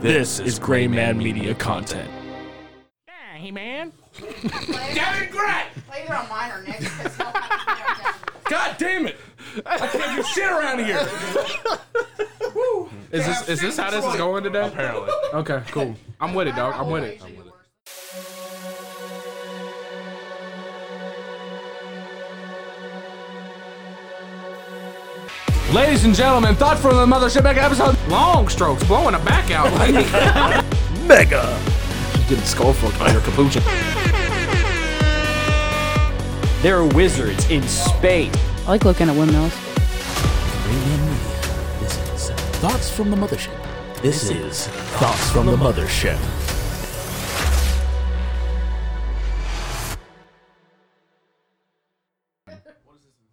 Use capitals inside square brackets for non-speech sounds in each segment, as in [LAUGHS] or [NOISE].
This is Gray Man Media content. Yeah, hey man. Devin Gray! Play either on mine or Nick's because he'll have to know God damn it! I can't do shit around here. Woo. Is Yeah, this shit is this how this is Detroit. going today? Apparently. Okay, cool. I'm with it, dog. I'm with it. Ladies and gentlemen, thought from the mothership back episode. Long strokes, blowing a [LAUGHS] back out. Mega. You get skull fucked by your capuchin. They're wizards in space. I like looking at windmills. This is Thoughts from the Mothership. This is Thoughts from the Mothership.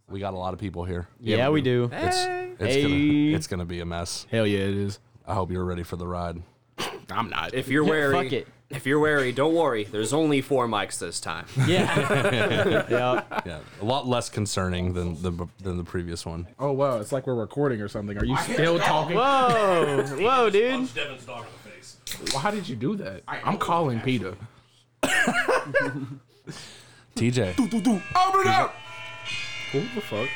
We got a lot of people here. Yeah, we do. It's it's Hey. gonna it's gonna be a mess. Hell yeah, it is. I hope you're ready for the ride. I'm not. If you're wary, Fuck it. if you're wary, don't worry. There's only four mics this time. Yeah. yeah. Yeah, a lot less concerning than the than the previous one. Oh wow, it's like we're recording or something. [LAUGHS] Are you still talking? Whoa. Whoa, dude. Why did you do that? I'm calling Peter. TJ, Open up. Who the fuck?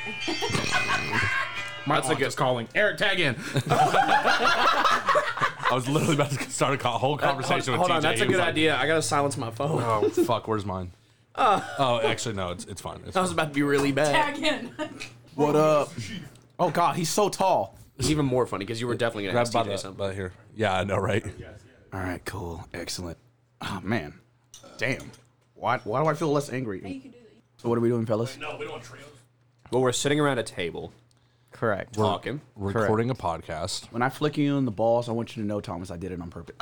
[LAUGHS] My aunt is calling. Eric, tag in. I was literally about to [LAUGHS] start a co- whole [LAUGHS] conversation with Hold TJ. on, that's a He was good like, idea. I gotta silence my phone. [LAUGHS] Oh fuck, where's mine? Ah. oh, actually no, it's it's fine. It's I fine. was about to be really [LAUGHS] bad. Again. What [LAUGHS] up? Oh God, he's so tall. It's even more funny because you were definitely gonna Grab ask by TJ the, something. by here. Yeah, I know, right? All right, cool, excellent. Ah, Oh man, damn. Why? Why do I feel less angry? So what are we doing, fellas? Well, we're sitting around a table Correct. talking. Uh. Recording a [LAUGHS] podcast. When I flick you in the balls, I want you to know, Thomas, I did it on purpose.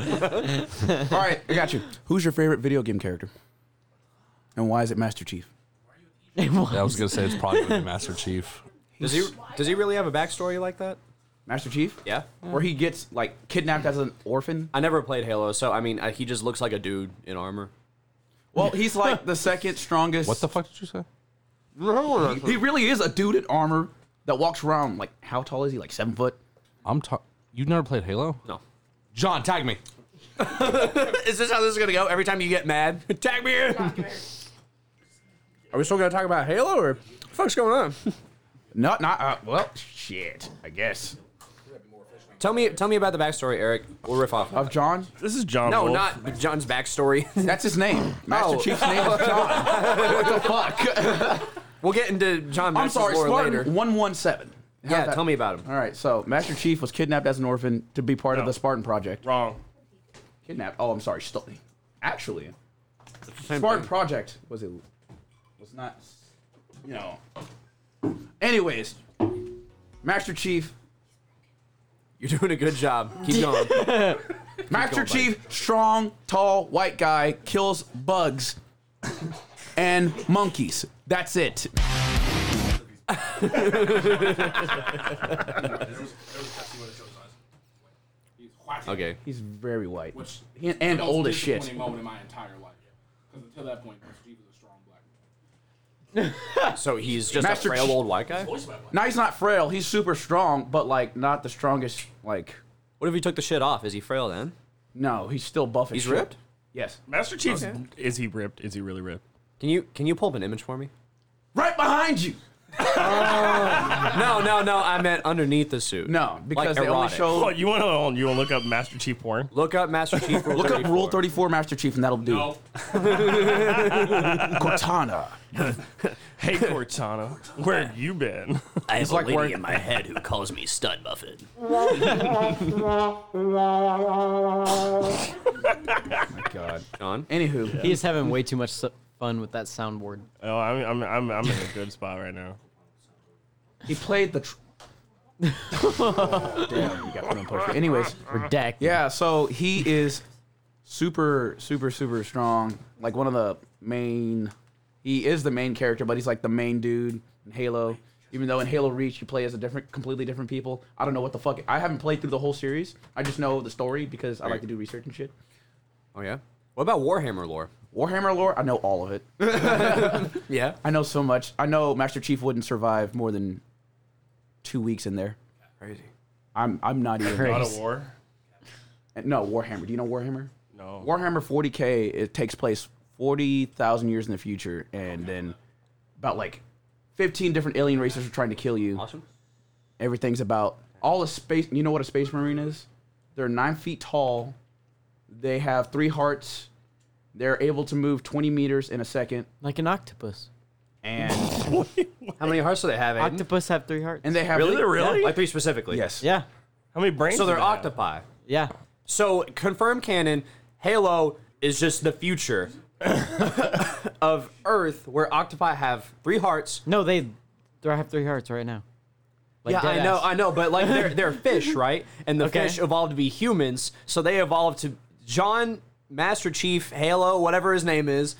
[LAUGHS] him. All right, I got you. Who's your favorite video game character? And why is it Master Chief? Yeah, I was gonna say it's probably gonna be Master Chief. does he does he really have a backstory like that? Master Chief? Yeah. Where he gets like kidnapped as an orphan. I never played Halo, so I mean, I, he just looks like a dude in armor. Well, he's like the second strongest. What the fuck did you say? He really is a dude in armor that walks around like how tall is he? Like seven foot. I'm talking. You've never played Halo? No. John, tag me. [LAUGHS] Is this how this is gonna go? Every time you get mad, [LAUGHS] tag me in. Are we still gonna talk about Halo or? fuck's going on? No, not uh, well. Shit, I guess. Tell me, tell me about the backstory, Eric. We'll riff off. Of John, This is John. no, Wolf. not John's backstory. [LAUGHS] that's his [LAUGHS] name. Master Oh. Chief's name is John. what the fuck? We'll get into John. I'm Max's sorry, lore later. Spartan one one seven. Yeah, tell me about him. All right, so Master Chief was kidnapped as an orphan to be part of the Spartan Project. Wrong. Kidnapped. Oh, I'm sorry. St- actually, Spartan Project was a was not. You know. Anyways, Master Chief You're doing a good job. [LAUGHS] Keep going. Master Chief, strong, tall, white guy, kills bugs and monkeys. That's it. okay. He's very white He- and old as shit. Moment in my entire life. Because until that point, Master Chief was a strong black So he's just Master a frail Chief- old white guy? Now he's not frail. He's super strong, but like not the strongest. Like What if he took the shit off? Is he frail then? no, he's still buff. as He's shit. ripped? Yes, Master Chief's. Is he ripped? Is he really ripped? Can you can you pull up an image for me? right behind you. No, no, no. I meant underneath the suit. No, because Like they only erotic. show. What you want to? You want to look up Master Chief porn? Look up [LAUGHS] Master Chief. Rule Look up 34. Rule Thirty Four, Master Chief, and that'll do. No. [LAUGHS] Cortana. Hey Cortana, where have you been? [LAUGHS] I have like lady wearing- in my head who calls me Stud Buffet. God. John, Anywho, He is having way too much su- fun with that soundboard. Oh, I'm, I'm, I'm, I'm in a good spot right now. he played the. [LAUGHS] Tr- oh, damn, you got put on push. Anyways. Redact. Yeah, so he is super, super, super strong. Like one of the main. He is the main character, but he's like the main dude in Halo. Even though in Halo Reach you play as a different, completely different people. I don't know what the fuck. I haven't played through the whole series. I just know the story because I like to do research and shit. Oh yeah. What about Warhammer lore? Warhammer lore, I know all of it. Yeah. I know so much. I know Master Chief wouldn't survive more than two weeks in there. Crazy. I'm I'm not even. God of War. No, Warhammer. Do you know Warhammer? No. Warhammer 40k. It takes place 40,000 years in the future, and then about like 15 different alien races are trying to kill you. Awesome. Everything's about all the space. You know what a space marine is? They're nine feet tall. They have three hearts. They're able to move 20 meters in a second, Like an octopus. and How many hearts do they have? Aiden? Octopus have three hearts. and they have Really? Really? Like three specifically. yes. yeah, How many brains? So do they're they have? octopi. yeah. So confirm canon, Halo is just the future [LAUGHS] of Earth, where octopi have three hearts. No, they, they have three hearts right now. Like yeah, I dead know, ass. I know, but like they're they're [LAUGHS] fish, right? And the Okay. fish evolved to be humans, so they evolved to John, Master Chief, Halo, whatever his name is.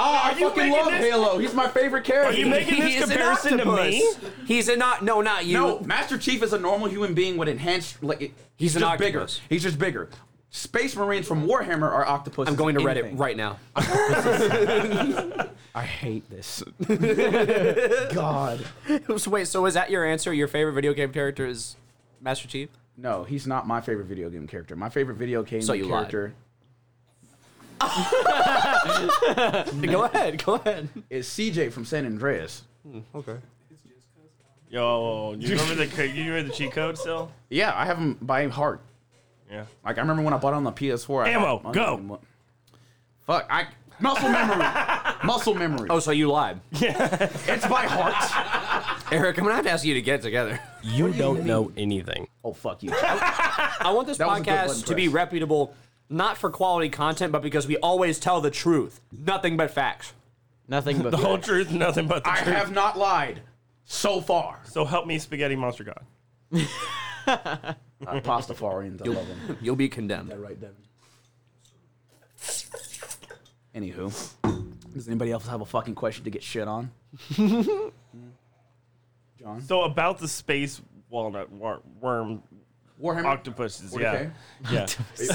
Ah, I you fucking making love this- Halo. He's my favorite character. Are you making this is an comparison to me? octopus. He's a not. No, not you. No, Master Chief is a normal human being with enhanced like it- He's an just octopus. bigger. He's just bigger. Space Marines from Warhammer are octopuses. I'm going to in Reddit anything. right now. [LAUGHS] I hate [LAUGHS] [LAUGHS] this. God. So wait, so is that your answer? Your favorite video game character is Master Chief? No, he's not my favorite video game character. My favorite video game So you lied. character go ahead, go ahead. is CJ from San Andreas. Okay. Yo, you remember the co- you remember the cheat code still? Yeah, I have him by heart. Yeah. Like I remember when I bought it on the PS4. I- Ammo, I- go. Fuck, I muscle [LAUGHS] memory. muscle memory. Oh, so you lied. it's by heart. Eric, I'm gonna have to ask you to get it together. You don't know anything. Oh fuck you. [LAUGHS] I want this That was a good podcast button to be press. reputable, not for quality content, but because we always tell the truth. Nothing but facts. Nothing but The whole truth, nothing but the I truth. have not lied so far. So help me, Spaghetti Monster God. Pastafarians, I love them. [LAUGHS] You'll be condemned. right, Devin. Anywho, does anybody else have a fucking question to get shit on? John, So about the space walnut wor- worm Warhammer. octopuses, yeah, 40K?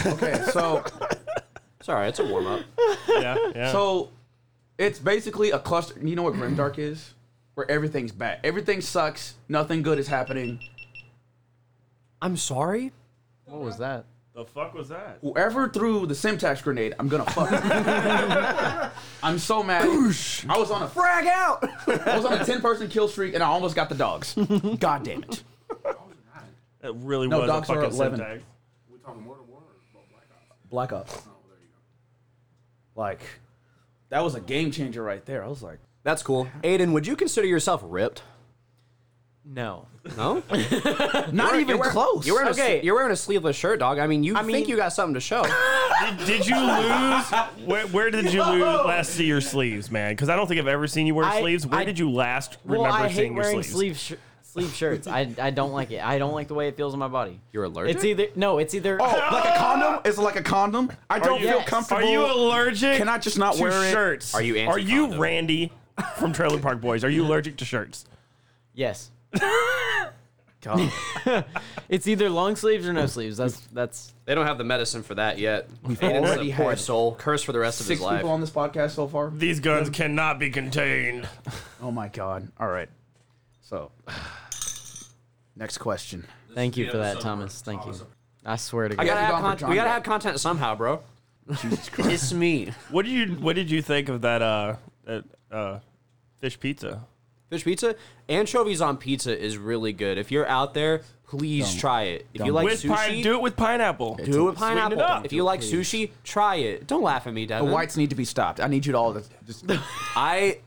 yeah, Okay, so It's all right. It's a warm up. yeah, yeah. so it's basically a cluster. You know what Grimdark is? Where everything's bad, everything sucks, nothing good is happening. [LAUGHS] I'm sorry. what was that? the fuck was that? Whoever threw the Simtax grenade, I'm gonna fuck. him. I'm so mad. I was on a Frag out. I was on a ten person kill streak and I almost got the dogs. God damn it. It really No, was a dogs are fucking 11. syntax. Black Oh, Ops. Like, that was a game changer right there. I was like, That's cool. Aiden, would you consider yourself ripped? No. No. not even close. You're wearing, a, Okay. s- you're wearing a sleeveless shirt, dog. I mean, you think mean- you got something to show. Did, did you lose? Where, where did you lose last see your sleeves, man? Because I don't think I've ever seen you wear I- sleeves. Where I- did you last Well, remember I hate seeing your wearing sleeves? sleeve sh- sleeve shirts. I I don't like it. I don't like the way it feels on my body. You're allergic? It's either no. It's either oh, like a condom? Is it like a condom? I don't you- feel Yes. Are comfortable. you allergic? Can I just not to wear it? shirts? Are you Are you anti-condom? Randy from Trailer Park Boys? Are you allergic to shirts? [LAUGHS] yes. [LAUGHS] It's either long sleeves or no sleeves. That's that's [LAUGHS] They don't have the medicine for that yet. We've already a poor had soul. Curse for the rest of Six his people life. on this podcast so far? These guns cannot be contained. Oh my God. All right. So, [SIGHS] next question. thank you for that, Thomas. Thank you. I swear to God. We gotta, Yeah, have gone for con- John we gotta Doe. have content somehow, bro. [LAUGHS] it's me. What did you What did you think of that? Uh, that uh, fish pizza. Fish pizza, anchovies on pizza is really good. If you're out there, please try it. If you like with sushi, pine, do it with pineapple. do it with pineapple. Sweeten it up. If you like sushi, try it. Don't laugh at me, The Devin. whites need to be stopped. I need you to all to just. I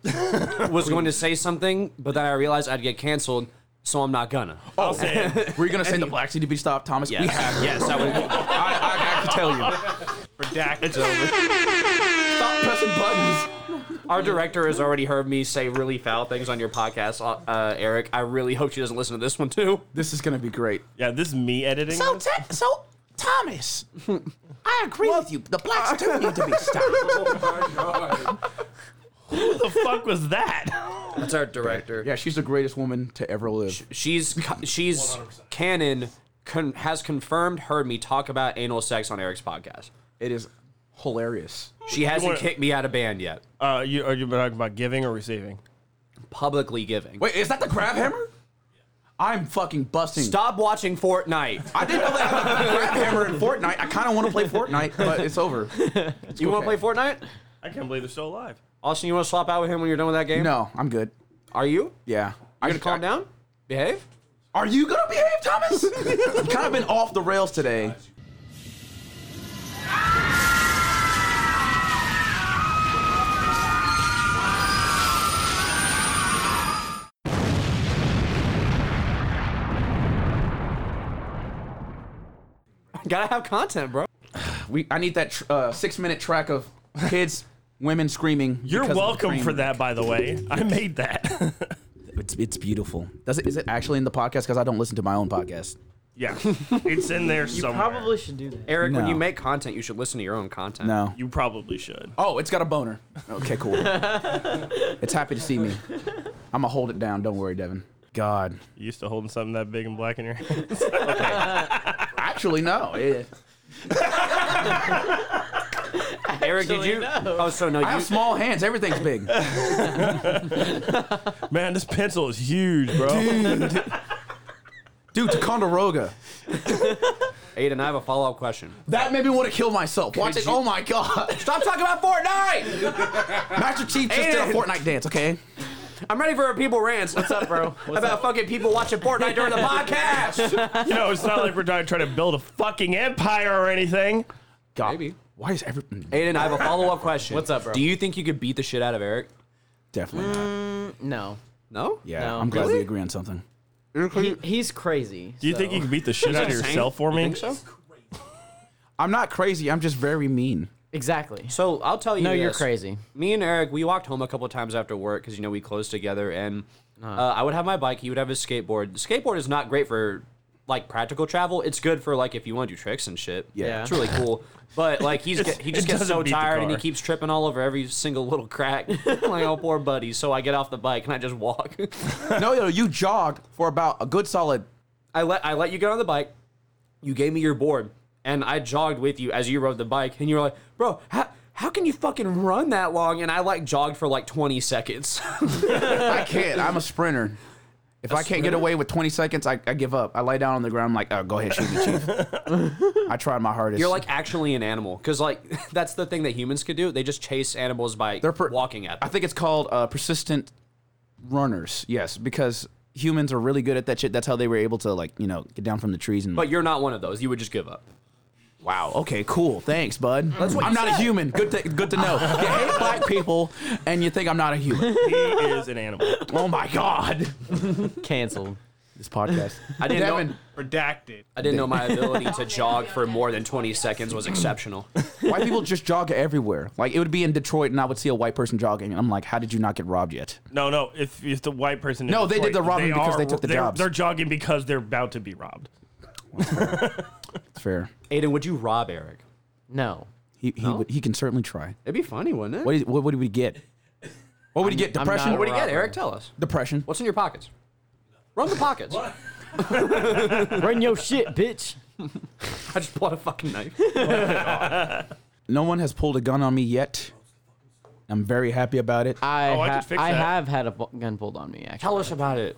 was going to say something, but then I realized I'd get canceled, so I'm not gonna. I'll say it. Were you going to say the blacks need to be stopped, Thomas? We have. [LAUGHS] yes, I would. I, I, I can tell [LAUGHS] you. Redact. It's over. Stop pressing buttons. Our director has already heard me say really foul things on your podcast, uh, Eric. I really hope she doesn't listen to this one too. This is going to be great. Yeah, this is me editing. So, this? Ta- so [LAUGHS] Thomas, I agree with you. The blacks do need to be stopped. What the fuck was that? That's our director. [LAUGHS] Yeah, she's the greatest woman to ever live. She's co- she's canon con- has confirmed heard me talk about anal sex on Eric's podcast. It is hilarious. She hasn't wanna- kicked me out of band yet. [LAUGHS] Uh, you are you talking about giving or receiving? Publicly giving. Wait, is that the crab hammer? I'm fucking busting. Stop watching Fortnite. I didn't know that. Grab hammer in Fortnite. I kind of want to play Fortnite, but it's over. You want to play okay. Fortnite? I can't believe they're still alive. Austin, you want to swap out with him when you're done with that game? No, I'm good. Are you? Yeah. You're I gonna calm down? Behave? [LAUGHS] Are you gonna behave, Thomas? You've kind of been off the rails today. Gotta have content, bro. We I need that tr- uh, six minute track of kids, women screaming. You're because of welcome cream. for that, by the way. I made that. [LAUGHS] It's it's beautiful. Does it is it actually in the podcast? Because I don't listen to my own podcast. yeah, it's in [LAUGHS] there You somewhere. probably should do that. Eric, when No. you make content, you should listen to your own content. No. You probably should. Oh, it's got a boner. Okay, cool. it's happy to see me. I'm gonna hold it down. Don't worry, Devin. God. You used to holding something that big and black in your hand. [LAUGHS] Actually, no. It, Eric, did you? Oh, so no, I have you. small hands. Everything's big. Man, this pencil is huge, bro. Dude, Ticonderoga. Aiden, I have a follow up question. That made me want to kill myself. Watch it. you- Oh my god. Stop talking about Fortnite! Master Chief just did a Aiden. Fortnite dance. Okay. I'm ready for a people rants. What's up, [LAUGHS] bro? about fucking people watching Fortnite during the podcast. You know, it's not like we're trying trying to build a fucking empire or anything. God. Maybe. Why is mm, everything? Aiden, I have a follow up question. What's up, bro? Do you think you could beat the shit out of Eric? Definitely not. No. No? Yeah. No. I'm glad Really? we agree on something. He, he's crazy. Do you think you can beat the shit out of yourself for me? I'm not crazy. I'm just very mean. Exactly. So I'll tell you. No, you're this. [LAUGHS] crazy. Me and Eric, we walked home a couple times after work because you know we closed together, and uh, I would have my bike. He would have his skateboard. skateboard is not great for like practical travel. It's good for like if you want to do tricks and shit. Yeah. it's really cool. But like he's [LAUGHS] It's- get, he it just gets doesn't so beat the tired and he car. keeps tripping all over every single [LAUGHS] little crack. like oh poor buddy. So I get off the bike and I just walk. [LAUGHS] no, yo, you jogged for about a good solid. I let I let you get on the bike. You gave me your board, and I jogged with you as you rode the bike, and you were like, "Bro, how how can you fucking run that long?" And I like jogged for like 20 seconds. [LAUGHS] I can't. I'm a sprinter. If I I can't get away with 20 seconds, I, I give up. I lay down on the ground. I'm like, oh, go ahead, shoot me, chief. [LAUGHS] I tried my hardest. You're like actually an animal, because like [LAUGHS] that's the thing that humans could do. They just chase animals by They're per- walking at I them. think it's called uh, persistent runners. Yes, because humans are really good at that shit. That's how they were able to like you know get down from the trees and. But you're not one of those. You would just give up. wow. Okay. Cool. Thanks, bud. I'm not a human. Good. To, good to know. you hate black people, and you think I'm not a [LAUGHS] human. He is an animal. Oh my god. Canceled. This podcast. I didn't know. Devin, Redacted. I [LAUGHS] didn't know my ability to jog for more than 20 seconds was exceptional. white people just jog everywhere. Like it would be in Detroit, and I would see a white person jogging, and I'm like, how did you not get robbed yet? No, no. If if the white person in No, they Detroit, did the robbing because are- they took the they're- jobs. They're jogging because they're about to be robbed. It's fair. Aiden, would you rob Eric? No. He he, would, he can certainly try. It'd be funny, wouldn't it? What is, what would we get? What would he get? I'm not Depression. a what do you get, robber. Eric? Tell us. Depression. What's in your pockets? Run the pockets. Run your shit, bitch. [LAUGHS] I just bought a fucking knife. No one has pulled a gun on me yet. I'm very happy about it. I, Oh, I ha- could fix I that. have had a bu- gun pulled on me, actually. Tell us about it.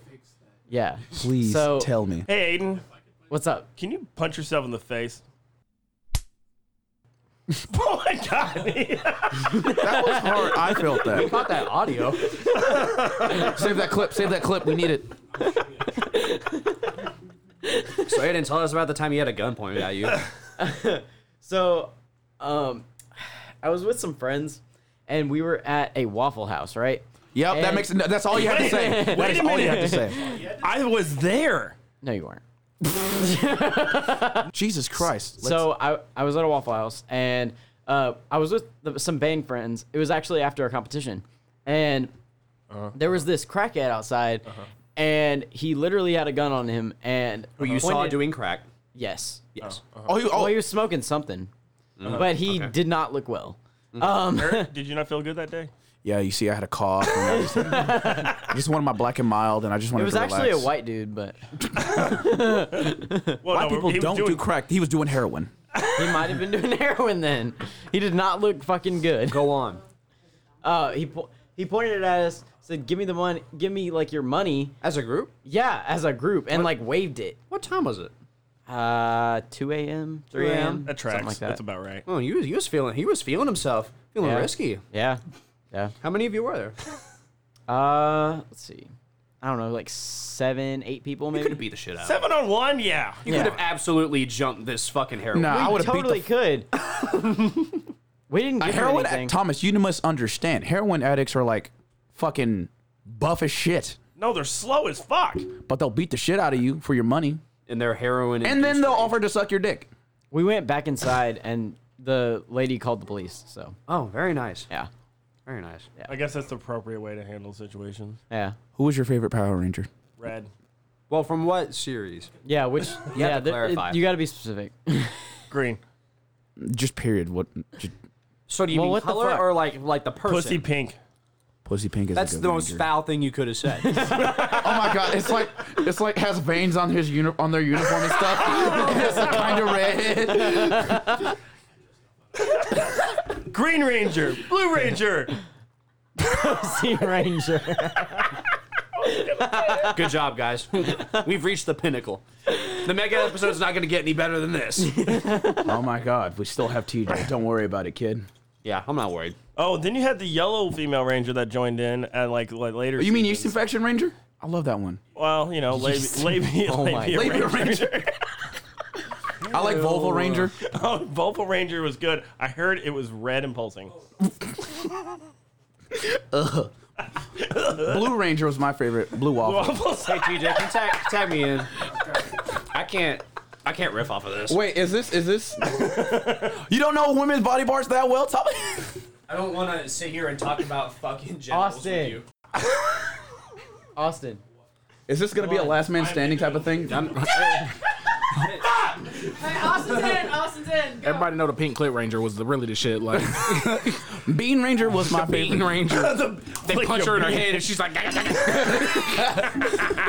Yeah. Please so, tell me. Hey, Aiden, What's up? can you punch yourself in the face? [LAUGHS] oh my god! [LAUGHS] That was hard. I felt that. Not that audio. Save that clip. Save that clip. We need it. So Aiden, tell us about the time you had a gun pointed at you. [LAUGHS] So, um, I was with some friends, and we were at a Waffle House, right? Yep. that And- makes. no, That's all you have to [LAUGHS] say. That Wait is a all you have to minute. say. I was [LAUGHS] there. No, you weren't. Jesus Christ. so I, I was at a Waffle House, and uh, I was with the, some band friends. It was actually after a competition, and Uh-huh. there was this crackhead outside, and he literally had a gun on him, and Who you saw pointed- doing crack. yes, Yes. oh, Uh-huh. you, oh, well, he was smoking something, but he did not look well. Mm. Um, [LAUGHS] Eric, did you not feel good that day? yeah. You see, I had a cough. and I [LAUGHS] just, I just wanted my black and mild, and I just wanted. it was to actually a relax. white dude, but Well, White no, people he was don't doing- do crack. He was doing heroin. he might [LAUGHS] have been doing heroin then. He did not look fucking good. Go on. Uh, he pu- He pointed it at us, said, "Give me the money. Give me like your money." As a group? Yeah, as a group, and like waved it. What time was it? Uh, 2 a.m., 3 a.m. That tracks. Something like That's that. about right. Oh, he was, he was feeling he was feeling himself, feeling Yeah. risky. yeah, yeah. How many of you were [LAUGHS] there? Uh, let's see. I don't know, like seven, eight people maybe. Could have beat the shit out. Seven on one, yeah. You could have absolutely jumped this fucking heroin. Nah, I would have totally beat could. we didn't the get heroin. anything. Ad- Thomas, you must understand. Heroin addicts are like fucking buff as shit, No, they're slow as fuck. but they'll beat the shit out of you for your money, And their heroin. and then the they'll offer to suck your dick. we went back inside, and the lady called the police. So oh, very nice, yeah, very nice. I guess that's the appropriate way to handle situations. yeah, Who was your favorite Power Ranger? Red. Well, from what series? yeah. Which yeah, to there- it- clarify. you got to be specific. [LAUGHS] Green. Just period. What? Just, So do you Well, mean what the color fuck? or like like the person? Pussy pink. Pussy Pink is. That's the most foul thing you could have said. Oh my god! It's like it's like has veins on his uni- on their uniform and stuff. [LAUGHS] it's like kind of red. Green Ranger. Blue Ranger. [LAUGHS] Sea Ranger. [LAUGHS] Good job, guys. [LAUGHS] We've reached the pinnacle. The mega episode's not going to get any better than this. Oh my god! We still have TJ. Don't worry about it, kid. [LAUGHS] yeah, I'm not worried. Oh, then you had the yellow female ranger that joined in at like, like later. Oh, You mean yeast seasons. infection ranger? I love that one. Well, [LAUGHS] you know, lady, lady, Oh my- lady, Labia ranger. I like Volvo ranger. [LAUGHS] Oh, Volvo Ranger was good. I heard it was red and [LAUGHS] pulsing. Blue ranger was my favorite. Blue waffle. Hey, TJ, can you tag, tag me in. I can't. I can't riff off of this. Wait, is this is this? [LAUGHS] you don't know women's body parts that well, Tommy? I don't want to sit here and talk about fucking Oh, genitals Austin. Austin. Is this gonna be a last man standing type of thing? Hey, Austin's in. Austin's in. Go. Everybody know the pink clip ranger was the, really the shit. [LAUGHS] Like Bean ranger was my pink favorite. [LAUGHS] ranger, they punch her in her head, and she's like,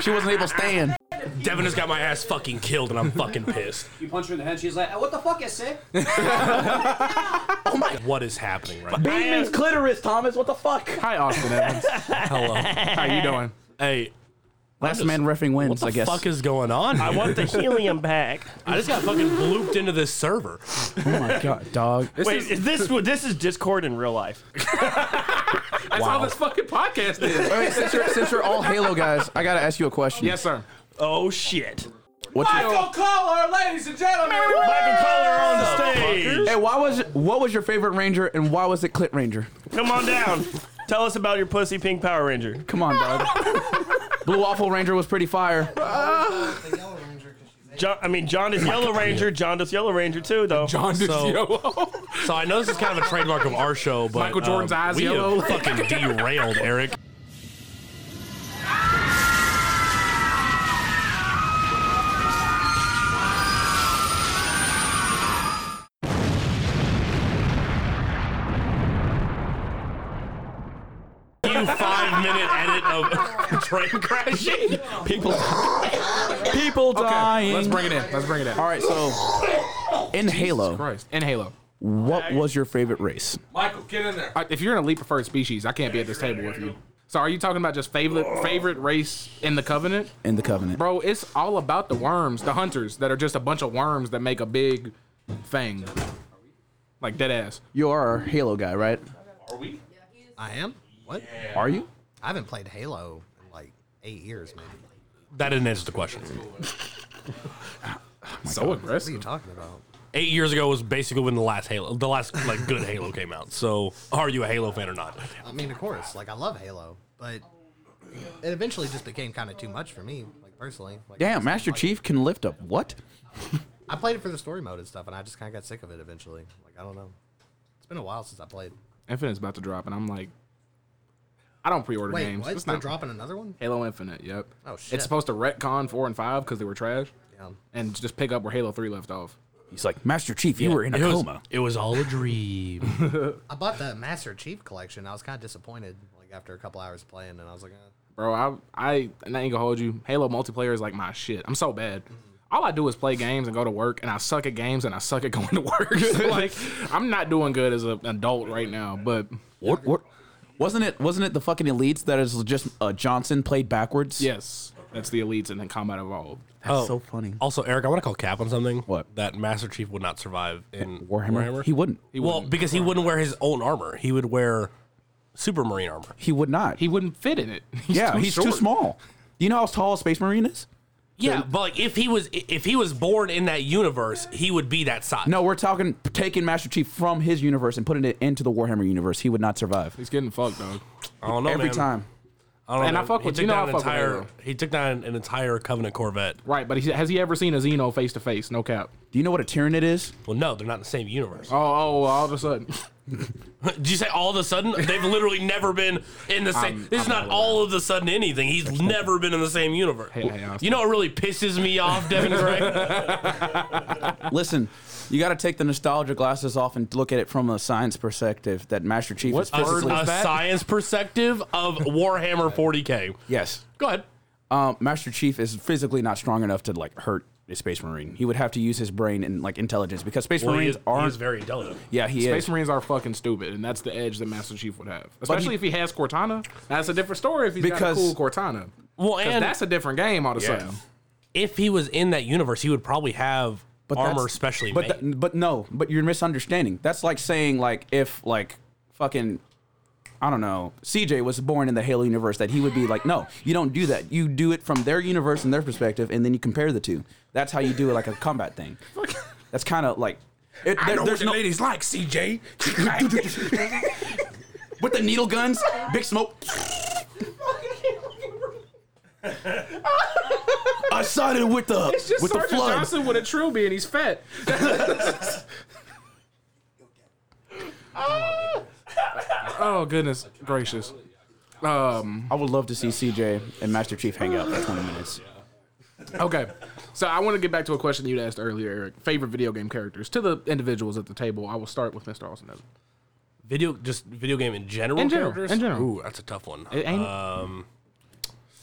She wasn't able to stand. Devin has got my ass fucking killed, and I'm fucking pissed. You punch her in the head, she's like, "What the fuck is sick?" What is happening right now? Beanman's clitoris, Thomas. What the fuck? "Hi, Austin Evans. Hello. How you doing? Hey, Last man refing wins, what the I guess. fuck is going on? I here? [LAUGHS] want the helium back. I just got fucking blooped into this server. oh my god, dog. Wait, is, this this is Discord in real life? That's how this fucking podcast is." Wait, wait, since, you're, since you're all Halo guys, I gotta ask you a question. yes, sir. Oh shit! What's your, Collar, ladies and gentlemen. Michael Kohler on the stage. hey, why was what was your favorite Ranger and why was it Clit Ranger? Come on down. Tell us about your pussy pink Power Ranger. Come on, [LAUGHS] dog. Blue Waffle Ranger was pretty fire. The Yellow Ranger, because she's John, I mean, John does Yellow Ranger. John does Yellow Ranger too, though. Oh John So- Duccio. So I know this is kind of a trademark of our show, but um, Michael Jordan's eyes we yellow. have fucking derailed, Eric. You five minute edit of [LAUGHS] train crashing. People, people dying. Okay, let's bring it in. Let's bring it in. all right, so in Halo, Christ. And Halo. what was your favorite race? Michael, get in there. All right, if you're in elite preferred species, I can't be at this table with you. So are you talking about just favorite favorite race in the Covenant? In the Covenant. Bro, it's all about the worms, the hunters that are just a bunch of worms that make a big thing. Like dead ass. You are a Halo guy, right? I am? What? Are you? I haven't played Halo in like eight years, maybe. That didn't answer the question. so What are you aggressive. talking about? Eight years ago was basically when the last Halo, the last like good Halo came out. So are you a Halo fan or not? I mean, of course, like I love Halo, but it eventually just became kind of too much for me, like personally. Like, Damn, Master Chief can lift up what? I played it for the story mode and stuff, and I just kind of got sick of it eventually. Like I don't know. It's been a while since I played. Infinite's about to drop, and I'm like, I don't pre-order Wait, games. what? It's They're not dropping another one? Halo Infinite. Yep. Oh, shit. It's supposed to retcon four and five because they were trash, Yeah. and just pick up where Halo Three left off. He's like, Master Chief, you were in a it was, coma. It was all a dream. I bought the Master Chief collection. I was kind of disappointed, like after a couple hours of playing, and I was like, eh. Bro, I I, and I ain't gonna hold you. Halo multiplayer is like my shit. I'm so bad. All I do is play games and go to work, and I suck at games and I suck at [LAUGHS] going [LAUGHS] to work. like I'm not doing good as an adult right now. But What, what, Wasn't it? Wasn't it the fucking elites that is just uh, Johnson played backwards? Yes, that's the elites and then combat evolved. that's so funny. Oh, Also, Eric, I want to call cap on something. What? That Master Chief would not survive in Warhammer? He wouldn't. well, because he wouldn't wear his own armor. He would wear Supermarine armor. He would not. He wouldn't fit in it. [LAUGHS] He's yeah, too he's too short. small. Do you know how tall a Space Marine is? Yeah, but like if he was if he was born in that universe, he would be that size. No, we're talking taking Master Chief from his universe and putting it into the Warhammer universe. He would not survive He's getting fucked, dog. I don't know, every Oh, man. time. I don't know, And I man. fuck He with- took you know down I an fuck with entire. Halo. He took down an entire Covenant Corvette. Right, but he, has he ever seen a Xeno face to face? No cap. Do you know what a Tyranid is? Well, no, they're not in the same universe. Oh, oh, all of a sudden. Did you say all of a sudden? They've literally never been in the same. this is not all of a sudden anything. He's never been in the same universe. Hey, hey, I was- you know what really pisses me off, Devin [LAUGHS] Gray? Listen, you got to take the nostalgia glasses off and look at it from a science perspective. That Master Chief What is bird physically. a science perspective of Warhammer 40k. yes, Go ahead. um, Master Chief is physically not strong enough to like hurt a Space Marine. He would have to use his brain and like intelligence because Space Well, he Marines is- he aren't. is very intelligent. yeah, he Space is. Marines are fucking stupid, and that's the edge that Master Chief would have. Especially if he has Cortana. That's a different story if he's Because- got a cool Cortana. Well, 'Cause and that's a different game all of a sudden. if he was in that universe, he would probably have that's- armor specially but made. tha- but no, but you're misunderstanding. That's like saying like if like fucking I don't know, CJ was born in the Halo universe that he would be like, no, you don't do that. You do it from their universe and their perspective, and then you compare the two. That's how you do it like a combat thing. That's kind of like it, there- there's no ladies like CJ. [LAUGHS] with the needle guns, big smoke. I sided with the It's just with the Sergeant flood. Johnson with a trilby and he's fat. [LAUGHS] oh goodness gracious. Um I would love to see CJ and Master Chief hang out for 20 minutes. okay. So I want to get back to a question you'd asked earlier, Eric. Favorite video game characters to the individuals at the table. I will start with Mr. Austin. Evans. Video, just video game in general. In general, characters? in general. Ooh, that's a tough one. It ain't- um,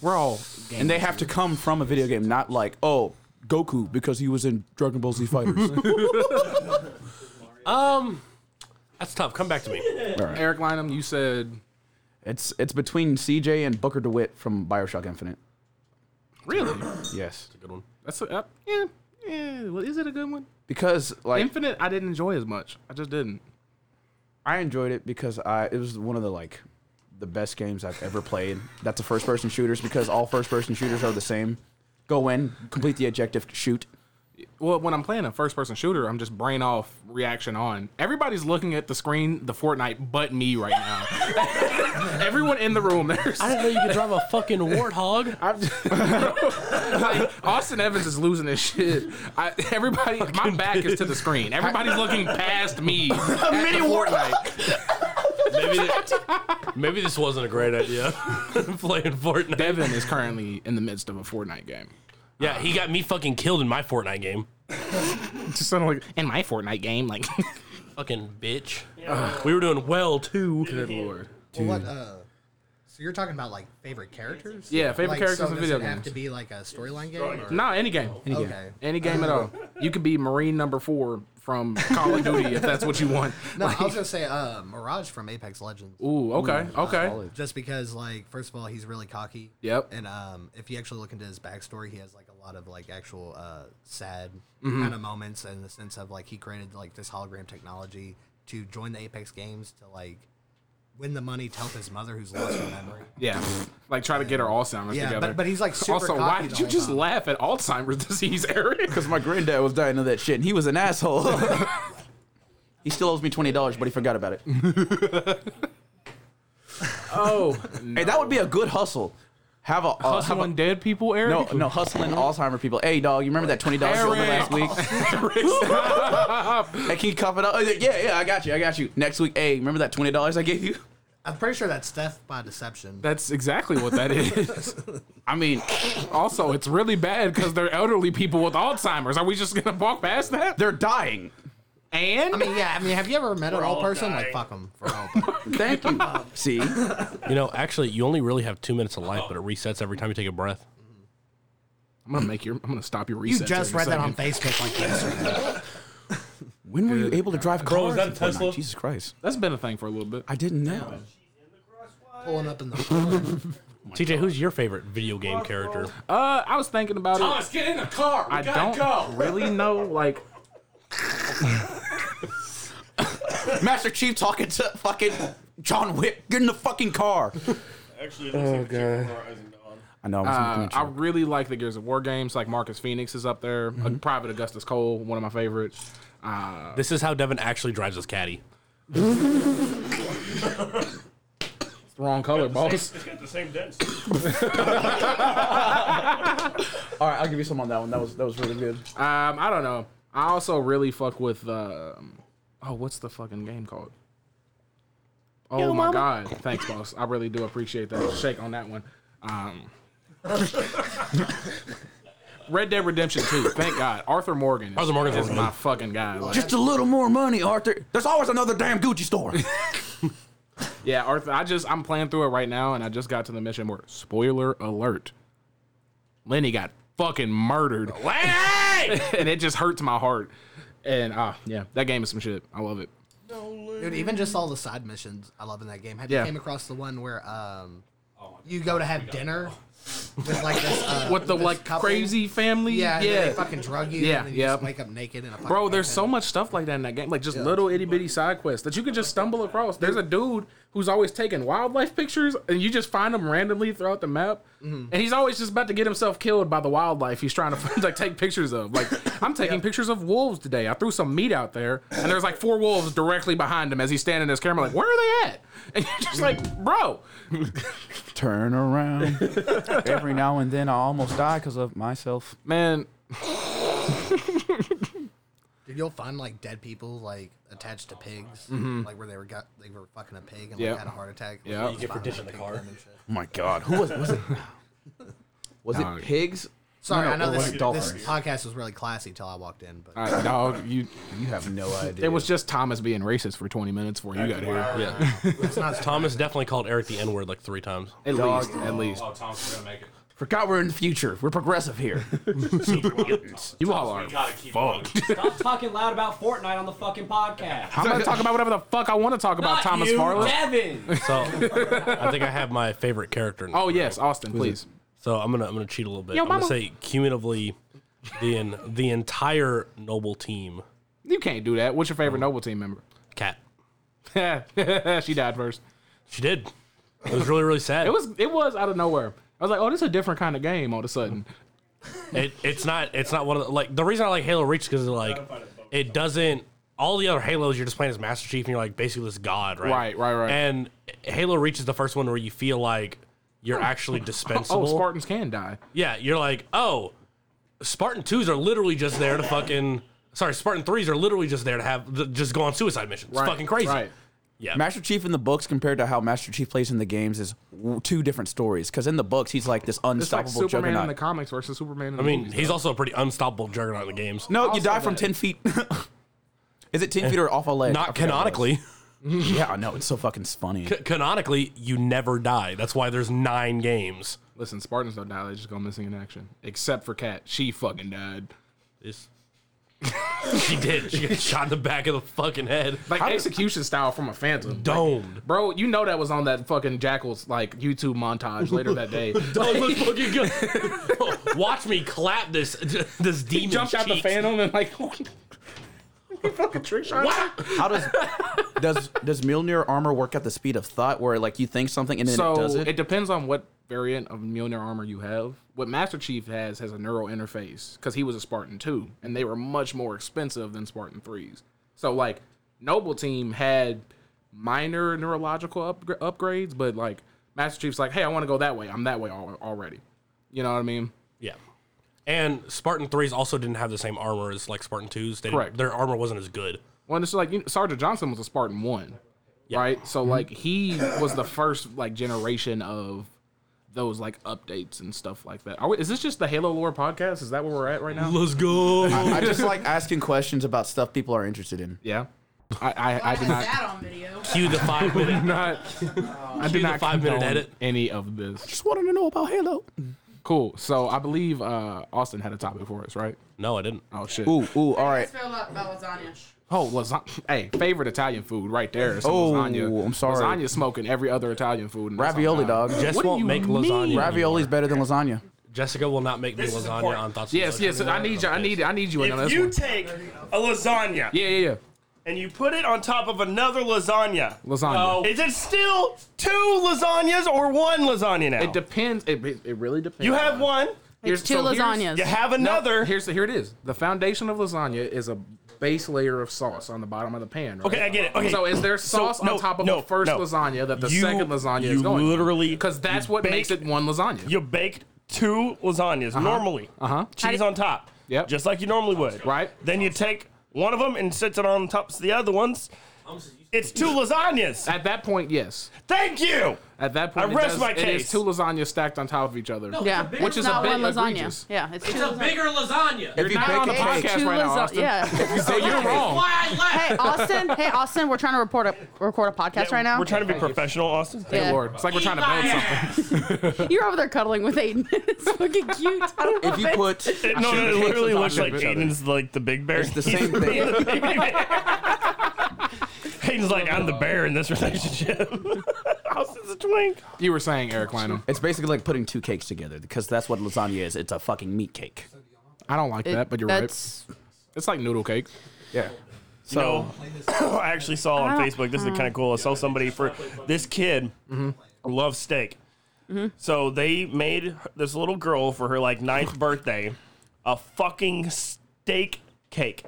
We're all And they have to come from a video game, not like, oh, Goku because he was in Dragon Ball Z Fighters. that's tough. Come back to me. Eric Lynham, you said it's it's between CJ and Booker DeWitt from Bioshock Infinite. Really? Yes, Good one. That's a, uh, yeah. Yeah, well, is it a good one? because like Infinite, I didn't enjoy as much. I just didn't. I enjoyed it because I it was one of the like the best games I've ever played. That's a first person shooters because all first person shooters are the same. Go in, complete the objective, shoot. Well, when I'm playing a first person shooter, I'm just brain off, reaction on. Everybody's looking at the screen, the Fortnite, but me right now. [LAUGHS] Everyone in the room, there's. I didn't know you could drive a fucking warthog. I'm just- [LAUGHS] like, Austin Evans is losing his shit. I, everybody, my back is to the screen. Everybody's looking past me. [LAUGHS] A mini Fortnite. Maybe, th- maybe this wasn't a great idea. [LAUGHS] Playing Fortnite. Devin is currently in the midst of a Fortnite game. Yeah, he got me fucking killed in my Fortnite game. Just sounded like in my Fortnite game, like. [LAUGHS] Fucking bitch. We were doing well too. Good lord. Well, what? Uh, so you're talking about like favorite characters? Yeah, favorite like, characters so in does video it Have games. to be like a storyline game. or- No, any game. Any Okay. game. Any game at all. You could be Marine number four from Call of Duty if that's what you want. No, I [LAUGHS] was gonna say uh, Mirage from Apex Legends. Ooh, okay, okay. Just because, like, first of all, he's really cocky. Yep. And um, if you actually look into his backstory, he has like a lot of like actual uh, sad Mm-hmm. kind of moments in the sense of like he created like this hologram technology to join the Apex games to like win the money to help his mother who's lost her memory. Yeah. Like try to get our Alzheimer's Yeah, together. but- but he's, like, super Also, why cocky the did you whole just time. laugh at Alzheimer's [LAUGHS] disease, Eric? [LAUGHS] Because my granddad was dying of that shit, and he was an asshole. [LAUGHS] he still owes me twenty dollars, but he forgot about it. [LAUGHS] Oh, Hey, that would be a good hustle. Have a uh, have a, hustling dead people, Eric. no no hustling Alzheimer people. Hey dog, you remember that twenty dollars you owed me last week? [LAUGHS] hey, can you cough it up? Oh, yeah, yeah, yeah, I got you, I got you. Next week, hey, remember that twenty dollars I gave you? I'm pretty sure that's theft by deception. That's exactly what that is. I mean, also, it's really bad because they're elderly people with Alzheimer's. Are we just gonna walk past that? they're dying. And I mean, yeah. I mean, have you ever met an old person? Like, fuck them for [LAUGHS] all. time. Thank you. See, You know, actually, you only really have two minutes of life, but it resets every time you take a breath. I'm gonna make your. I'm gonna stop your You reset. just read that on Facebook like yesterday. when were you able to drive cars? is that a and whatnot? Tesla? Jesus Christ, That's been a thing for a little bit. I didn't know. pulling up in [LAUGHS] the. TJ, who's your favorite video game character? Uh, I was thinking about Thomas, it. get in the car. We I gotta go. don't [LAUGHS] really know. Like, Master Chief talking to fucking John Wick. Get in the fucking car. Actually, Oh, God. I know. I'm Uh, just I really like the Gears of War games. Like Marcus Phoenix is up there. Uh, Private Augustus Cole, one of my favorites. Uh, This is how Devin actually drives his caddy. it's the [LAUGHS] wrong color, boss. It's got the same dents. All right, I'll give you some on that one. That was that was really good. Um, I don't know. I also really fuck with. Um, oh, what's the fucking game called? Oh Yo, my mama. god! Thanks, boss. I really do appreciate that shake on that one. [LAUGHS] Um, Red Dead Redemption Two. Thank God, Arthur Morgan. Is, Arthur Morgan is is my good. fucking guy. Like, Just a little more money, Arthur. There's always another damn Gucci [LAUGHS] store. yeah, Arthur. I just I'm playing through it right now, and I just got to the mission where spoiler alert, Lenny got fucking murdered. Lenny, [LAUGHS] and it just hurts my heart. And ah, yeah, that game is some shit. I love it. Dude, even just all the side missions I love in that game. Have Yeah. you came across the one where um, Oh you go to have dinner [LAUGHS] with like this uh, With the this like couple? crazy family. Yeah, Yeah, and then they fucking drug you. Yeah, and then you just yep. wake up naked in a fucking Bro, there's so much stuff like that in that game, like just little itty bitty side quests that you could just stumble across. There's a dude who's always taking wildlife pictures, and you just find him randomly throughout the map, Mm-hmm. and he's always just about to get himself killed by the wildlife he's trying to [LAUGHS] like take pictures of. Like I'm taking pictures of wolves today. I threw some meat out there, and there's like four wolves directly behind him as he's standing in his camera, like where are they at? [LAUGHS] And you're just like, bro, Turn around. Every now and then, I almost die because of myself. man, Dude, you'll find like dead people like attached to pigs, like where they were got they were fucking a pig and Mm-hmm. Yep. like had a heart attack. Yep. Like, You get for find, ditching like, the a pig car. farm and shit. Oh my God, who was was it? Was Dog. it pigs? Sorry, No, I know or this, was it dolphins? this podcast was really classy till I walked in, but all right, dog, you. You have no idea. It was just Thomas being racist for 20 minutes before you got here. Yeah. it's not. Thomas definitely called Eric the N word like three times. At least, at least. Oh, Thomas, we're gonna make it. Forgot we're in the future. We're progressive [LAUGHS] here. You all are. Stop talking loud about Fortnite on the fucking podcast. I'm gonna talk about whatever the fuck I want to talk about. Not Thomas you, [LAUGHS] Farley. Devin. So I think I have my favorite character. Now. Oh yes, Austin, please. So I'm gonna I'm gonna cheat a little bit. Yo, I'm gonna mama. say cumulatively the en- the entire noble team. You can't do that. What's your favorite Oh. Noble team member? [LAUGHS] Cat. she died first. She did. It was really really sad. It was it was out of nowhere. I was like, oh, this is a different kind of game all of a sudden. Mm-hmm. It, it's not it's not one of the, like the reason I like Halo Reach because like it doesn't all the other Halos you're just playing as Master Chief and you're like basically this god right Right, right, right. and Halo Reach is the first one where you feel like you're actually dispensable Oh, Spartans can die. yeah you're like oh Spartan twos are literally just there to fucking sorry Spartan threes are literally just there to have th- just go on suicide missions it's Right, fucking crazy Right. Master Chief in the books compared to how Master Chief plays in the games is w- two different stories. Because in the books, he's like this It's like unstoppable Superman in the juggernaut. comics versus Superman. In the I mean movies. he's also a pretty unstoppable juggernaut in the games No, you Also die from that- ten feet. [LAUGHS] is it ten feet or off a ledge? I not forgot what it was. canonically. [LAUGHS] Yeah, I know. It's so fucking [LAUGHS] funny. C- canonically, you never die. That's why there's nine games. Listen, Spartans don't die. They just go missing in action. Except for Cat, she fucking died. It's- [LAUGHS] she did. She got shot in the back of the fucking [LAUGHS] head. Like execution style from a phantom. Domed. Bro, you know that was on that fucking Jackal's like YouTube montage later that day. Oh, [LAUGHS] let's fucking go. [LAUGHS] Watch me clap this [LAUGHS] this demon. he jumped out the cheeks. phantom and like [LAUGHS] fucking trick shot. Wow. How does does does Mjolnir armor work at the speed of thought, where like you think something and then it does So it? it depends on what variant of Mjolnir armor you have. What Master Chief has has a neural interface because he was a Spartan too, and they were much more expensive than Spartan threes. So like Noble Team had minor neurological upgra- upgrades, but like Master Chief's like, hey, I want to go that way. I'm that way al- already. You know what I mean? Yeah. And Spartan threes also didn't have the same armor as like Spartan twos. They didn't- Correct. Their armor wasn't as good. Well, it's like you know, Sergeant Johnson was a Spartan one, right? So Mm-hmm. like he was the first like generation of those like updates and stuff like that. Are we, is this just the Halo lore podcast? Is that where we're at right now? Let's go. I just like asking questions about stuff people are interested in. Yeah, I I, I Why did is not that on video? Cue the five minute. [LAUGHS] not I did the not five-minute condone edit. any of this. Just wanted to know about Halo. Cool. So I believe uh Austin had a topic for us, right? No, I didn't. Oh shit. Ooh, ooh, all right. Let's fill up about lasagna. Oh, lasagna. Hey, favorite Italian food right there. is some Oh, lasagna. I'm sorry. Lasagna's smoking every other Italian food. in this Ravioli, hometown. dog. What do you mean? Ravioli's better than lasagna. Jessica will not make me This is lasagna important. on thoughts. and Yes, yes. I need you. I need. I need you in on If this you one. take a lasagna, Yeah, yeah, yeah. and you put it on top of another lasagna, uh, Lasagna. is it still two lasagnas or one lasagna now? It depends. It, it it really depends. you have one. Here's- two here's- lasagnas. You have No, another. here's here it is. The foundation of lasagna is a base layer of sauce on the bottom of the pan. Right? Okay, I get it. Okay. So is there So, sauce no, on top of no, the first no. lasagna that the You- second lasagna you is going? literally- because that's you what baked- makes it one lasagna. You baked two lasagnas normally. Uh huh. Cheese on top. Yep. Just like you normally would. Right. Then you take one of them and sits it on top of the other ones. It's two lasagnas. At that point, yes. Thank you. At that point, I it rest does- my It is case. two lasagnas stacked on top of each other. yeah, which is a not bit one lasagna. egregious. Yeah, it's, It's two a lasagna. bigger lasagna. You're not on the podcast right now, lasa- Austin. [LAUGHS] Yeah. so you're wrong. Hey Austin, hey Austin, we're trying to report a, record a podcast right now. We're trying to be professional, Austin. Thank Yeah. Lord. It's like we're trying to build something. You're over there cuddling with Aiden. [LAUGHS] it's fucking cute. I love If you it. put It, no, no, it literally looks like Hayden's like the big bear. It's the He's [LAUGHS] same the thing. big bear. Hayden's like, I'm the bear in this relationship. [LAUGHS] Austin's a twink. You were saying Eric Lynham. It's basically like putting two cakes together because that's what lasagna is. It's a fucking meat cake. I don't like It- that, but you're that's- right. It's like noodle cake. Yeah. So [COUGHS] I actually saw Ah. on Facebook. This is kind of cool. I saw somebody for this kid Mm-hmm. loves steak. Mm-hmm. So they made this little girl for her like [LAUGHS] ninth birthday a fucking steak cake.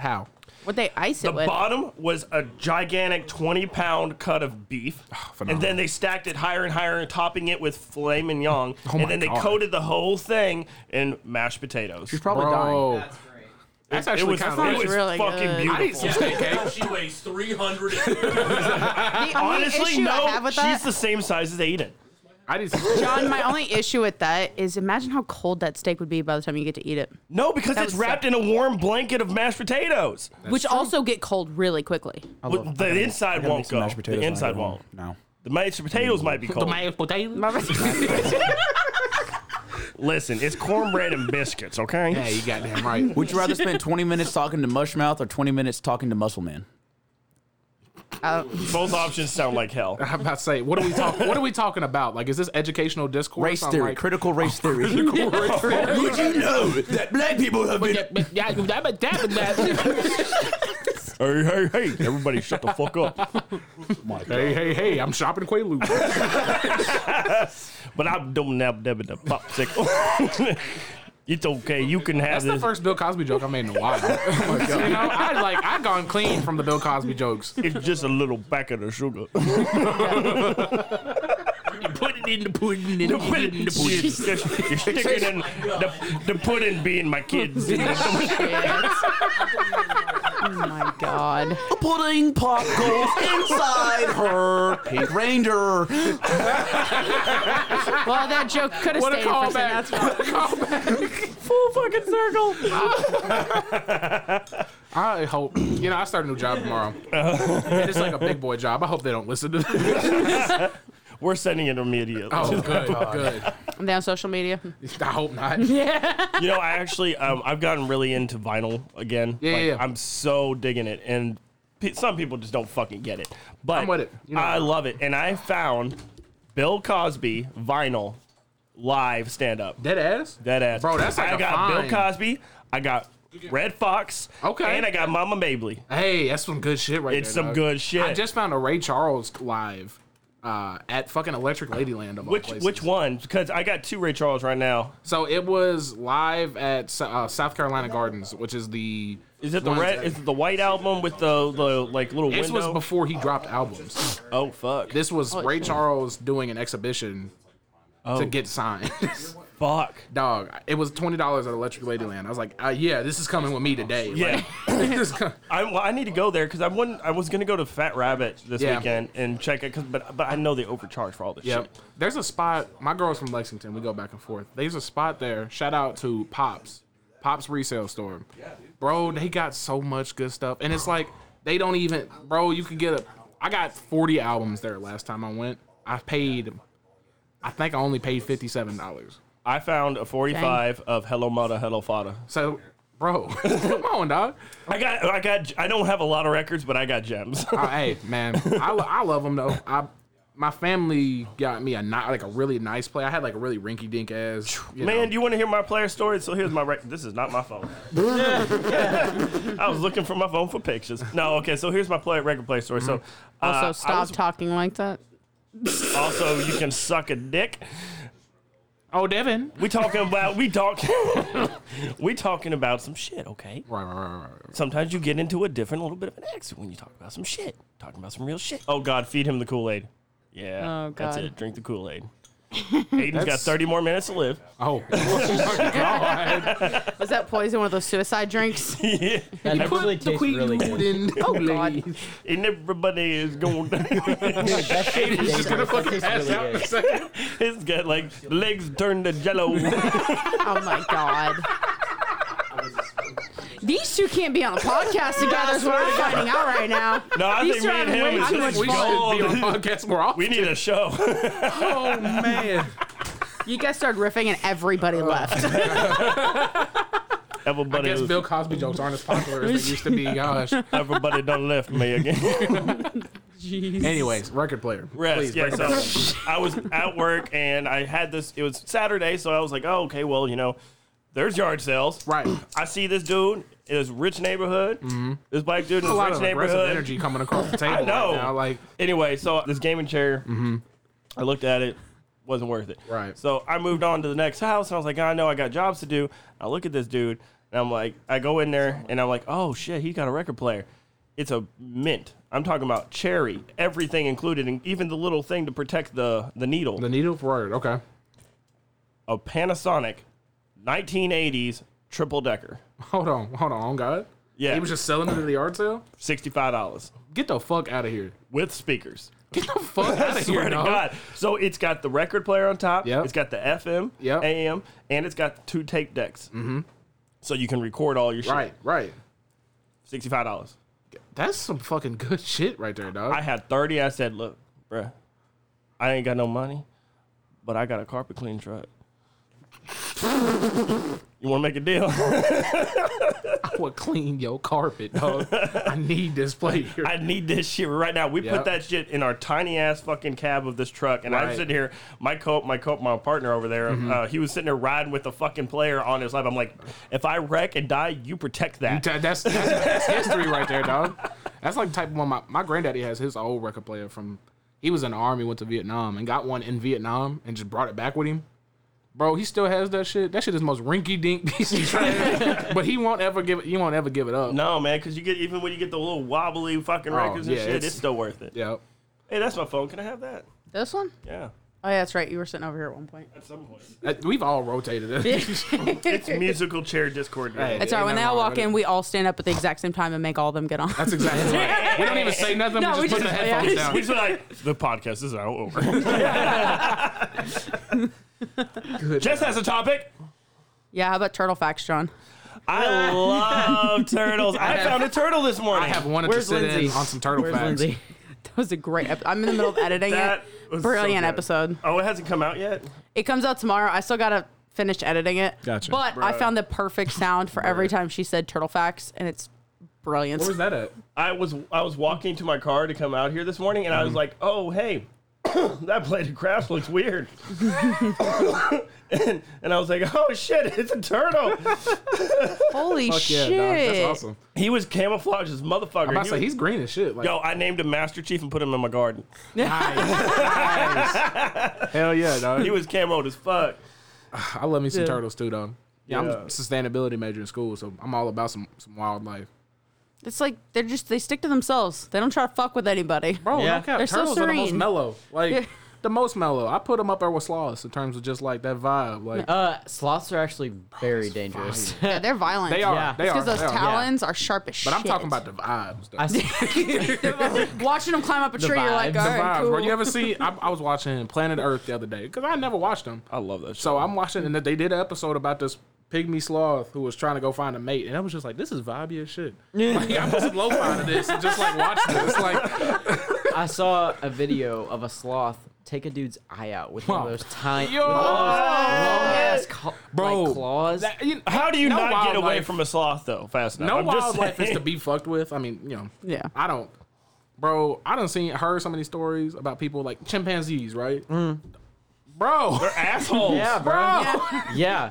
How? What they ice The it with? bottom was a gigantic 20 pound cut of beef. Ah, and then they stacked it higher and higher and topping it with filet mignon. Oh my and then they God. coated the whole thing in mashed potatoes. She's probably Bro. dying. That's actually it was, kind it of was really fucking good. beautiful. I need some steak cake. She weighs 300. The only Honestly, issue I no. have with She's that, the same size as Aiden. I need some [LAUGHS] John, my only issue with that is imagine how cold that steak would be by the time you get to eat it, No, because That it's was wrapped in a warm blanket of mashed potatoes. which also get cold really quickly. Well, the inside won't go. The inside won't. No. The mashed potatoes might be cold. [LAUGHS] Listen, it's cornbread and biscuits, okay? Yeah, you goddamn right. Would you rather spend 20 minutes talking to Mushmouth or 20 minutes talking to Muscle Man? Both options sound like hell. I'm about to say, what are we talking? What are we talking about? Like, is this educational discourse? Race on, theory, like- critical race theory. Would you know that black people have been? [LAUGHS] Hey, hey, hey. Everybody shut the fuck [LAUGHS] up. hey, hey, hey! I'm shopping Quaaludes. But I don't nab dab the popsicle. [LAUGHS] it's okay. You can have That's the this. first Bill Cosby joke I made in a [LAUGHS] while. [LAUGHS] Oh You know, I like I gone clean from the Bill Cosby jokes. It's just a little packet [LAUGHS] of sugar. Put it in the pudding. the pudding, the pudding. You're sticking in the, the pudding being my [LAUGHS] kids. Oh my god. Pudding pop goes inside her Pink Ranger. Well, that joke could have What a stayed for callback. some- that's- [LAUGHS] Full fucking circle. I hope you know I start a new job [LAUGHS] tomorrow. And it's like a big boy job. I hope they don't listen to this. We're sending it immediately. [LAUGHS] Oh, good, good. I'm down social media. Uh, I hope not. You know, I actually um, I've gotten really into vinyl again. Yeah, like, yeah, yeah. I'm so digging it, and pe- some people just don't fucking get it. But I'm with it. You know. I love it, and I found Bill Cosby vinyl live stand up. Dead ass. Dead ass, Bro, that's like I a got find. Bill Cosby. I got Red Fox. Okay. and I got Mama Mabley. Hey, that's some good shit right It's there. some dog. good shit. I just found a Ray Charles live uh, at fucking Electric Ladyland. Of all Which places. which one? Because I got two Ray Charles right now. So it was live at uh, South Carolina Gardens, which is the. Is it the ones red? that- Is it the white album with the the like little this was window? before he dropped albums. oh fuck! This was Oh, Ray shit. Charles doing an exhibition to get signed. Oh. [LAUGHS] fuck. Dog, it was twenty dollars at Electric Ladyland. I was like, uh, yeah, this is coming with me today. Yeah. Like, [LAUGHS] this [LAUGHS] is com- I, well, I need to go there because I wouldn't. I was gonna go to Fat Rabbit this Yeah. weekend and check it, 'cause- but but I know they overcharge for all this Yep. shit. There's a spot. My girl's from Lexington. We go back and forth. There's a spot there. Shout out to Pops, Pops resale store. Bro, they got so much good stuff, and it's like they don't even. Bro, you can get a. I got 40 albums there last time I went. I paid. I think I only paid fifty-seven dollars. I found a forty-five of Hello Mata Hello Fada. So, bro. [LAUGHS] Come on, dog. I got, I got, I don't have a lot of records, but I got gems. [LAUGHS] Uh, hey, man, I, lo- I love them though. I my family got me a not like a really nice play. I had like a really rinky dink ass. you Man, know. do you want to hear my player story? So here's my rec- this is not my phone. [LAUGHS] I was looking for my phone for pictures. No, okay. So here's my player record player story. So uh, Also, I stop talking like that. was- Mm-hmm. also, you can suck a dick. Oh, Devin, we talking about we talk we talking about some shit. Okay, right, right, right, right. Sometimes you get into a different little bit of an accent when you talk about some shit. Talking about some real shit. Oh God, feed him the Kool Aid. Yeah, Oh, that's God. it. Drink the Kool Aid. Aiden's got That's- 30 more minutes to live. [LAUGHS] Oh, Was that poison one of those suicide drinks? [LAUGHS] yeah. That You put actually the tastes queen really good. noodle in. [LAUGHS] oh god. And everybody is going [LAUGHS] down. Aiden's just gonna fucking pass out in a second. It's got like legs turned to jello. oh my [LAUGHS] god. These two can't be on the podcast together. Is what I'm finding out right now. No, I These think two me are and having way him too is much just fun. gold. [LAUGHS] podcast more often. [LAUGHS] We need a [LAUGHS] show. oh man. You guys started riffing and everybody Oh. left. [LAUGHS] I Everybody guess was- Bill Cosby jokes aren't as popular as they used [LAUGHS] to be. Gosh. Everybody done left me again. [LAUGHS] Jeez. Anyways, record player. Rest. Please, Yeah, break it so uh, I was at work and I had this. It was Saturday, so I was like, oh, okay, well, you know, there's yard sales. [CLEARS THROAT] Right. I see this dude in this rich neighborhood. This black dude in Mm-hmm. this rich There's a lot of aggressive neighborhood. energy coming across the [LAUGHS] table. I know. Right now. Like, anyway, so this gaming chair, I looked at it, wasn't worth it. Right. So I moved on to the next house, and I was like, I know I got jobs to do. I look at this dude, and I'm like, I go in there, and I'm like, oh shit, he's got a record player. It's a mint. I'm talking about cherry, everything included, and even the little thing to protect the the needle. the needle word. Okay. A Panasonic, 1980s triple decker, Hold on. Hold on. God. Yeah. He was just selling it at the yard sale. sixty five dollars Get the fuck out of here. with speakers. Get the fuck [LAUGHS] out I of here. swear to dog. God. So it's got the record player on top. Yep. It's got the FM, Yep. AM, and it's got two tape decks. Mm-hmm. So you can record all your shit. Right. Right. Sixty-five dollars. That's some fucking good [LAUGHS] shit right there, dog. I had thirty. I said, "Look, bruh, I ain't got no money, but I got a carpet clean truck. you want to make a deal? I would clean your carpet, dog. I need this plate here. [LAUGHS] I need this shit right now. We Yep. put that shit in our tiny ass fucking cab of this truck, and I'm Right. sitting here. My co, my co, my partner over there, uh, he was sitting there riding with the fucking player on his lap. I'm like, if I wreck and die, you protect that. That- That's, that's, that's history right there, dog. That's like type one. My, my granddaddy has his old record player from. He was in the army, went to Vietnam, and got one in Vietnam, and just brought it back with him. Bro, he still has that shit. That shit is the most rinky dink piece of [LAUGHS] trash. but he won't ever give it. He won't ever give it up. no, man, because you get even when you get the little wobbly fucking Oh, records and yeah, shit, it's, it's- still worth it. Yep. Hey, that's my phone. Can I have that? This one? Yeah, Oh, yeah, that's right. You were sitting over here at one point. at some point. That- We've all rotated it. it's [LAUGHS] musical chair discord. Hey, That's ain't right. When they nothing all wrong walk with in, it. we all stand up at the exact same time and make all of them get on. That's exactly right. We don't even say nothing. No, we we just put just- the yeah. headphones [LAUGHS] down. We just like the podcast is now over. Jess has a topic. [LAUGHS] Yeah, how about turtle facts, John? I love turtles. I found a turtle this I morning. have wanted Where's to sit Lindsay? in on some turtle Where's facts. Lindsay? That was a great episode. I'm in the middle of editing That it. was so Brilliant good. episode. Oh, it hasn't come out yet. It comes out tomorrow. I still gotta finish editing it. Gotcha. But I Bruh. found the perfect sound for every time she said turtle facts, and it's brilliant. Where was that at? I was I was walking to my car to come out here this morning, and I was like, "Oh, hey, [COUGHS] that blade of grass looks weird," and, and I was like, "Oh shit, it's a turtle." Holy Fuck yeah, shit! dog. That's awesome. he was camouflaged as motherfucker. I'm He about to say was- he's green as shit. Like, Yo, I named him Master Chief and put him in my garden. hell yeah, dog. He was camoed as fuck. I love me some turtles too, though. Yeah, I'm Yeah. a sustainability major in school, so I'm all about some, some wildlife. It's like they're just they stick to themselves. They don't try to fuck with anybody. Bro, Yeah. no cap. They're so turtles are the most serene. mellow. Like Yeah. the most mellow. I put them up there with sloths in terms of just like that vibe. Like Uh, sloths are actually very dangerous. Yeah, they're violent. they are, yeah. they are, Because they those are. talons are sharp as shit. But I'm talking about the vibes. Though. I the [LAUGHS] see. [LAUGHS] watching them climb up a tree. You're like, vibes. all The right, vibes, cool. bro. You ever see? I, I was watching Planet Earth the other day because I never watched them. I love that. So I'm watching, and they did an episode about this pygmy sloth who was trying to go find a mate, and I was just like, "This is vibey as [LAUGHS] shit." Like, I'm just low fi to this, and just like watch this. Like, I saw a video of a sloth take a dude's eye out with one Wow. of those tiny, Yo! long ass Bro, claws. How do you No not get away wildlife. from a sloth though? Fast enough. No I'm just wildlife is saying. to be fucked with. I mean, you know. Yeah. I don't. Bro, I done seen heard so many stories about people like chimpanzees, right? Bro, Mm. They're assholes. Yeah, [LAUGHS] bro. yeah.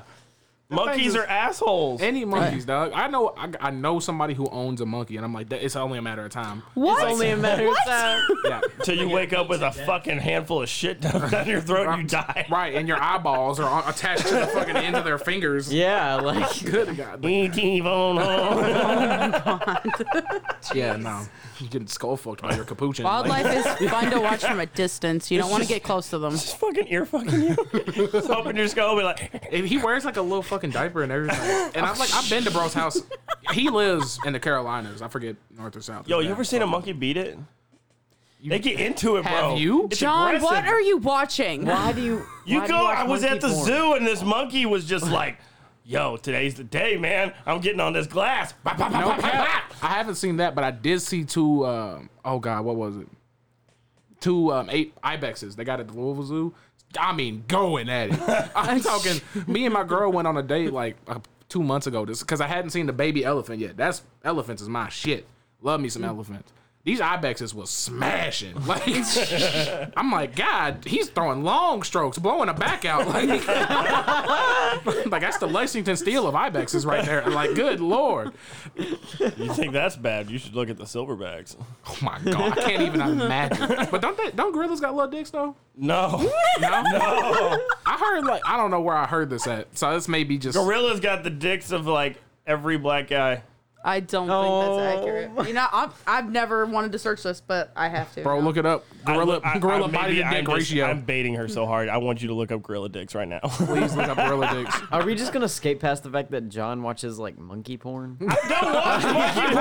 Monkeys are assholes. Any monkeys, dog. I know. I, I know somebody who owns a monkey, and I'm like, that, it's only a matter of time. What? It's only a matter of What? time. Yeah. Till you wake up with a fucking handful of shit down, down your throat, and you die. [LAUGHS] Right, and your eyeballs are on- attached to the fucking end of their fingers. Yeah, like Good God. E.T. Von Horn. Yeah, no. You're getting skull fucked by your capuchin. Wildlife Like, is [LAUGHS] fun to watch from a distance. You don't It's want to just- get close to them. Just fucking ear fucking you. Just open your skull and be like, and he wears like a little fucking diaper and everything. And I'm like, I've been to bro's house. He lives in the Carolinas. I forget north or south. yo, you Yeah. ever seen a monkey beat it? They get into it, bro. Have you? It's John, aggressive. what are you watching? [LAUGHS] Why do you? You why do go. watch I was monkey at the porn? zoo and this monkey was just like, "Yo, today's the day, man. I'm getting on this glass." Bah, bah, bah, No bah, bah, bah. cap. I haven't seen that, but I did see two. Um, oh God, what was it? Two um, eight ibexes. They got at the Louisville Zoo. I mean, going at it. I'm talking. Me and my girl went on a date like uh, two months ago, just because I hadn't seen the baby elephant yet. That's elephants is my shit. Love me some elephants. These ibexes was smashing. [LAUGHS] Like I'm like, God, he's throwing long strokes, blowing a back out. [LAUGHS] Like, like that's the Lexington Steel of ibexes right there. Like, good lord. You think that's bad? You should look at the silverbacks. Oh my god, I can't even imagine. But don't they, don't gorillas got little dicks though? No, No, no. I heard like I don't know where I heard this at, so this may be just. gorillas got the dicks of like every black guy. I don't think that's accurate. You know, I've, I've never wanted to search this, but I have to. Bro, now. look it up. I Gorilla look- I- gorilla I- body maybe to I'm dick just- ratio. I'm baiting her so hard. I want you to look up gorilla dicks right now. Please look up gorilla dicks. Are we just gonna skate past the fact that John watches like monkey porn? Don't watch [LAUGHS] monkey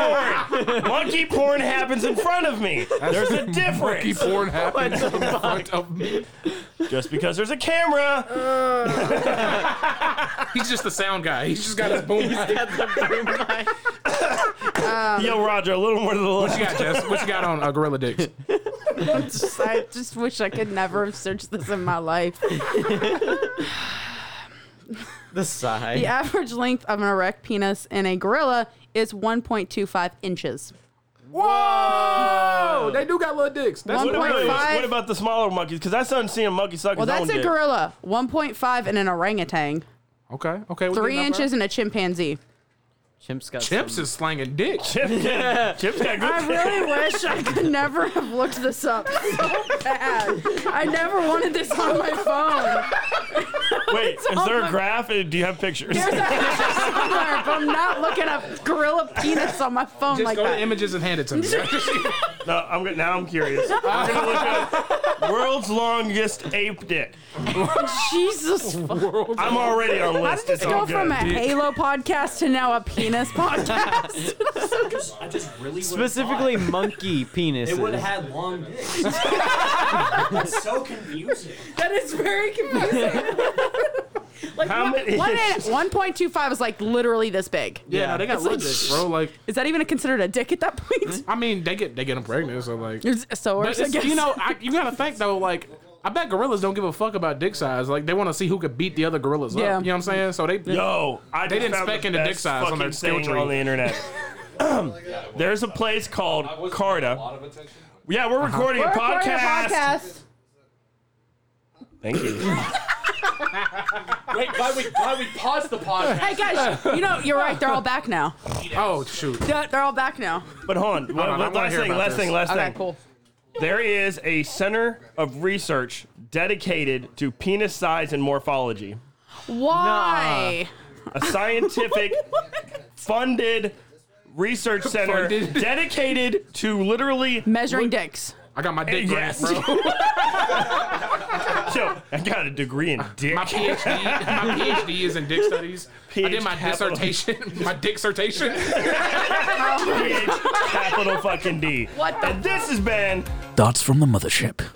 porn. Monkey porn happens in front of me. There's a Monkey difference. porn happens in front of me. Just because there's a camera, He's just the sound guy. He's just got his boom. What yo, Roger, a little more to the you left. got, Jess? [LAUGHS] What you got on uh, gorilla dicks? Just- [LAUGHS] I just wish I could never have searched this in my life. the [LAUGHS] side. The average length of an erect penis in a gorilla is 1.25 inches. Whoa! They do got little dicks. That's What what about, 1.5? what about the smaller monkeys? Because I haven't seen a monkey suck Well, his own that's a dick. gorilla. 1.5 in an orangutan. Okay, okay. we Three getting up inches in a chimpanzee. Chimp's got there. Chimps is slanging dick. Chip, yeah. Chip's got [LAUGHS] good I really wish I could never have looked this up so bad. I never wanted this on my phone. Wait, is there a graph? And do you have pictures? There's a picture somewhere, but I'm not looking up gorilla penis on my phone Just like go that. to images and hand it to me. No, I'm gonna, now I'm [LAUGHS] curious. I'm gonna look up world's longest ape dick. Jesus. fuck. I'm already on How list. did this It's go all from a good. Halo podcast to now a penis podcast? I just really specifically [LAUGHS] monkey penises. It would have had long dicks. it's so confusing. [LAUGHS] that is very confusing. [LAUGHS] like How one, many- one in- 1.25 is like literally this big. Yeah, no, they got It's like- little dicks, bro. Like, Is that even considered a dick at that point? I mean, they get they get them pregnant, so like. So But I it's- guess. you know, I, you gotta think though, like. I bet gorillas don't give a fuck about dick size. Like they want to see who could beat the other gorillas Yeah. up. You know what I'm saying? So they Yo, I They just didn't found spec the into dick best size on fucking their skill thing tree. on the internet. There's a place called Carta. Yeah, we're Uh-huh. recording a podcast. Thank you. Wait, why we why we pause the podcast? Hey guys, you know you're right. They're all back now. [LAUGHS] oh shoot, They're, they're all back now. But hold on. on, I Last wanna hear thing, about last this. thing, last Okay, thing. cool. There is a center of research dedicated to penis size and morphology. Why? a [LAUGHS] scientific funded research center Funded. dedicated to literally Measuring dicks. I got my dick yes. grant, bro. [LAUGHS] Yo, I got a degree in dick. [LAUGHS] My PhD, my PhD is in dick studies. I did my PhD. dissertation, [LAUGHS] my dissertation. [LAUGHS] PhD, capital fucking D. What the and this has been Thoughts from the mothership.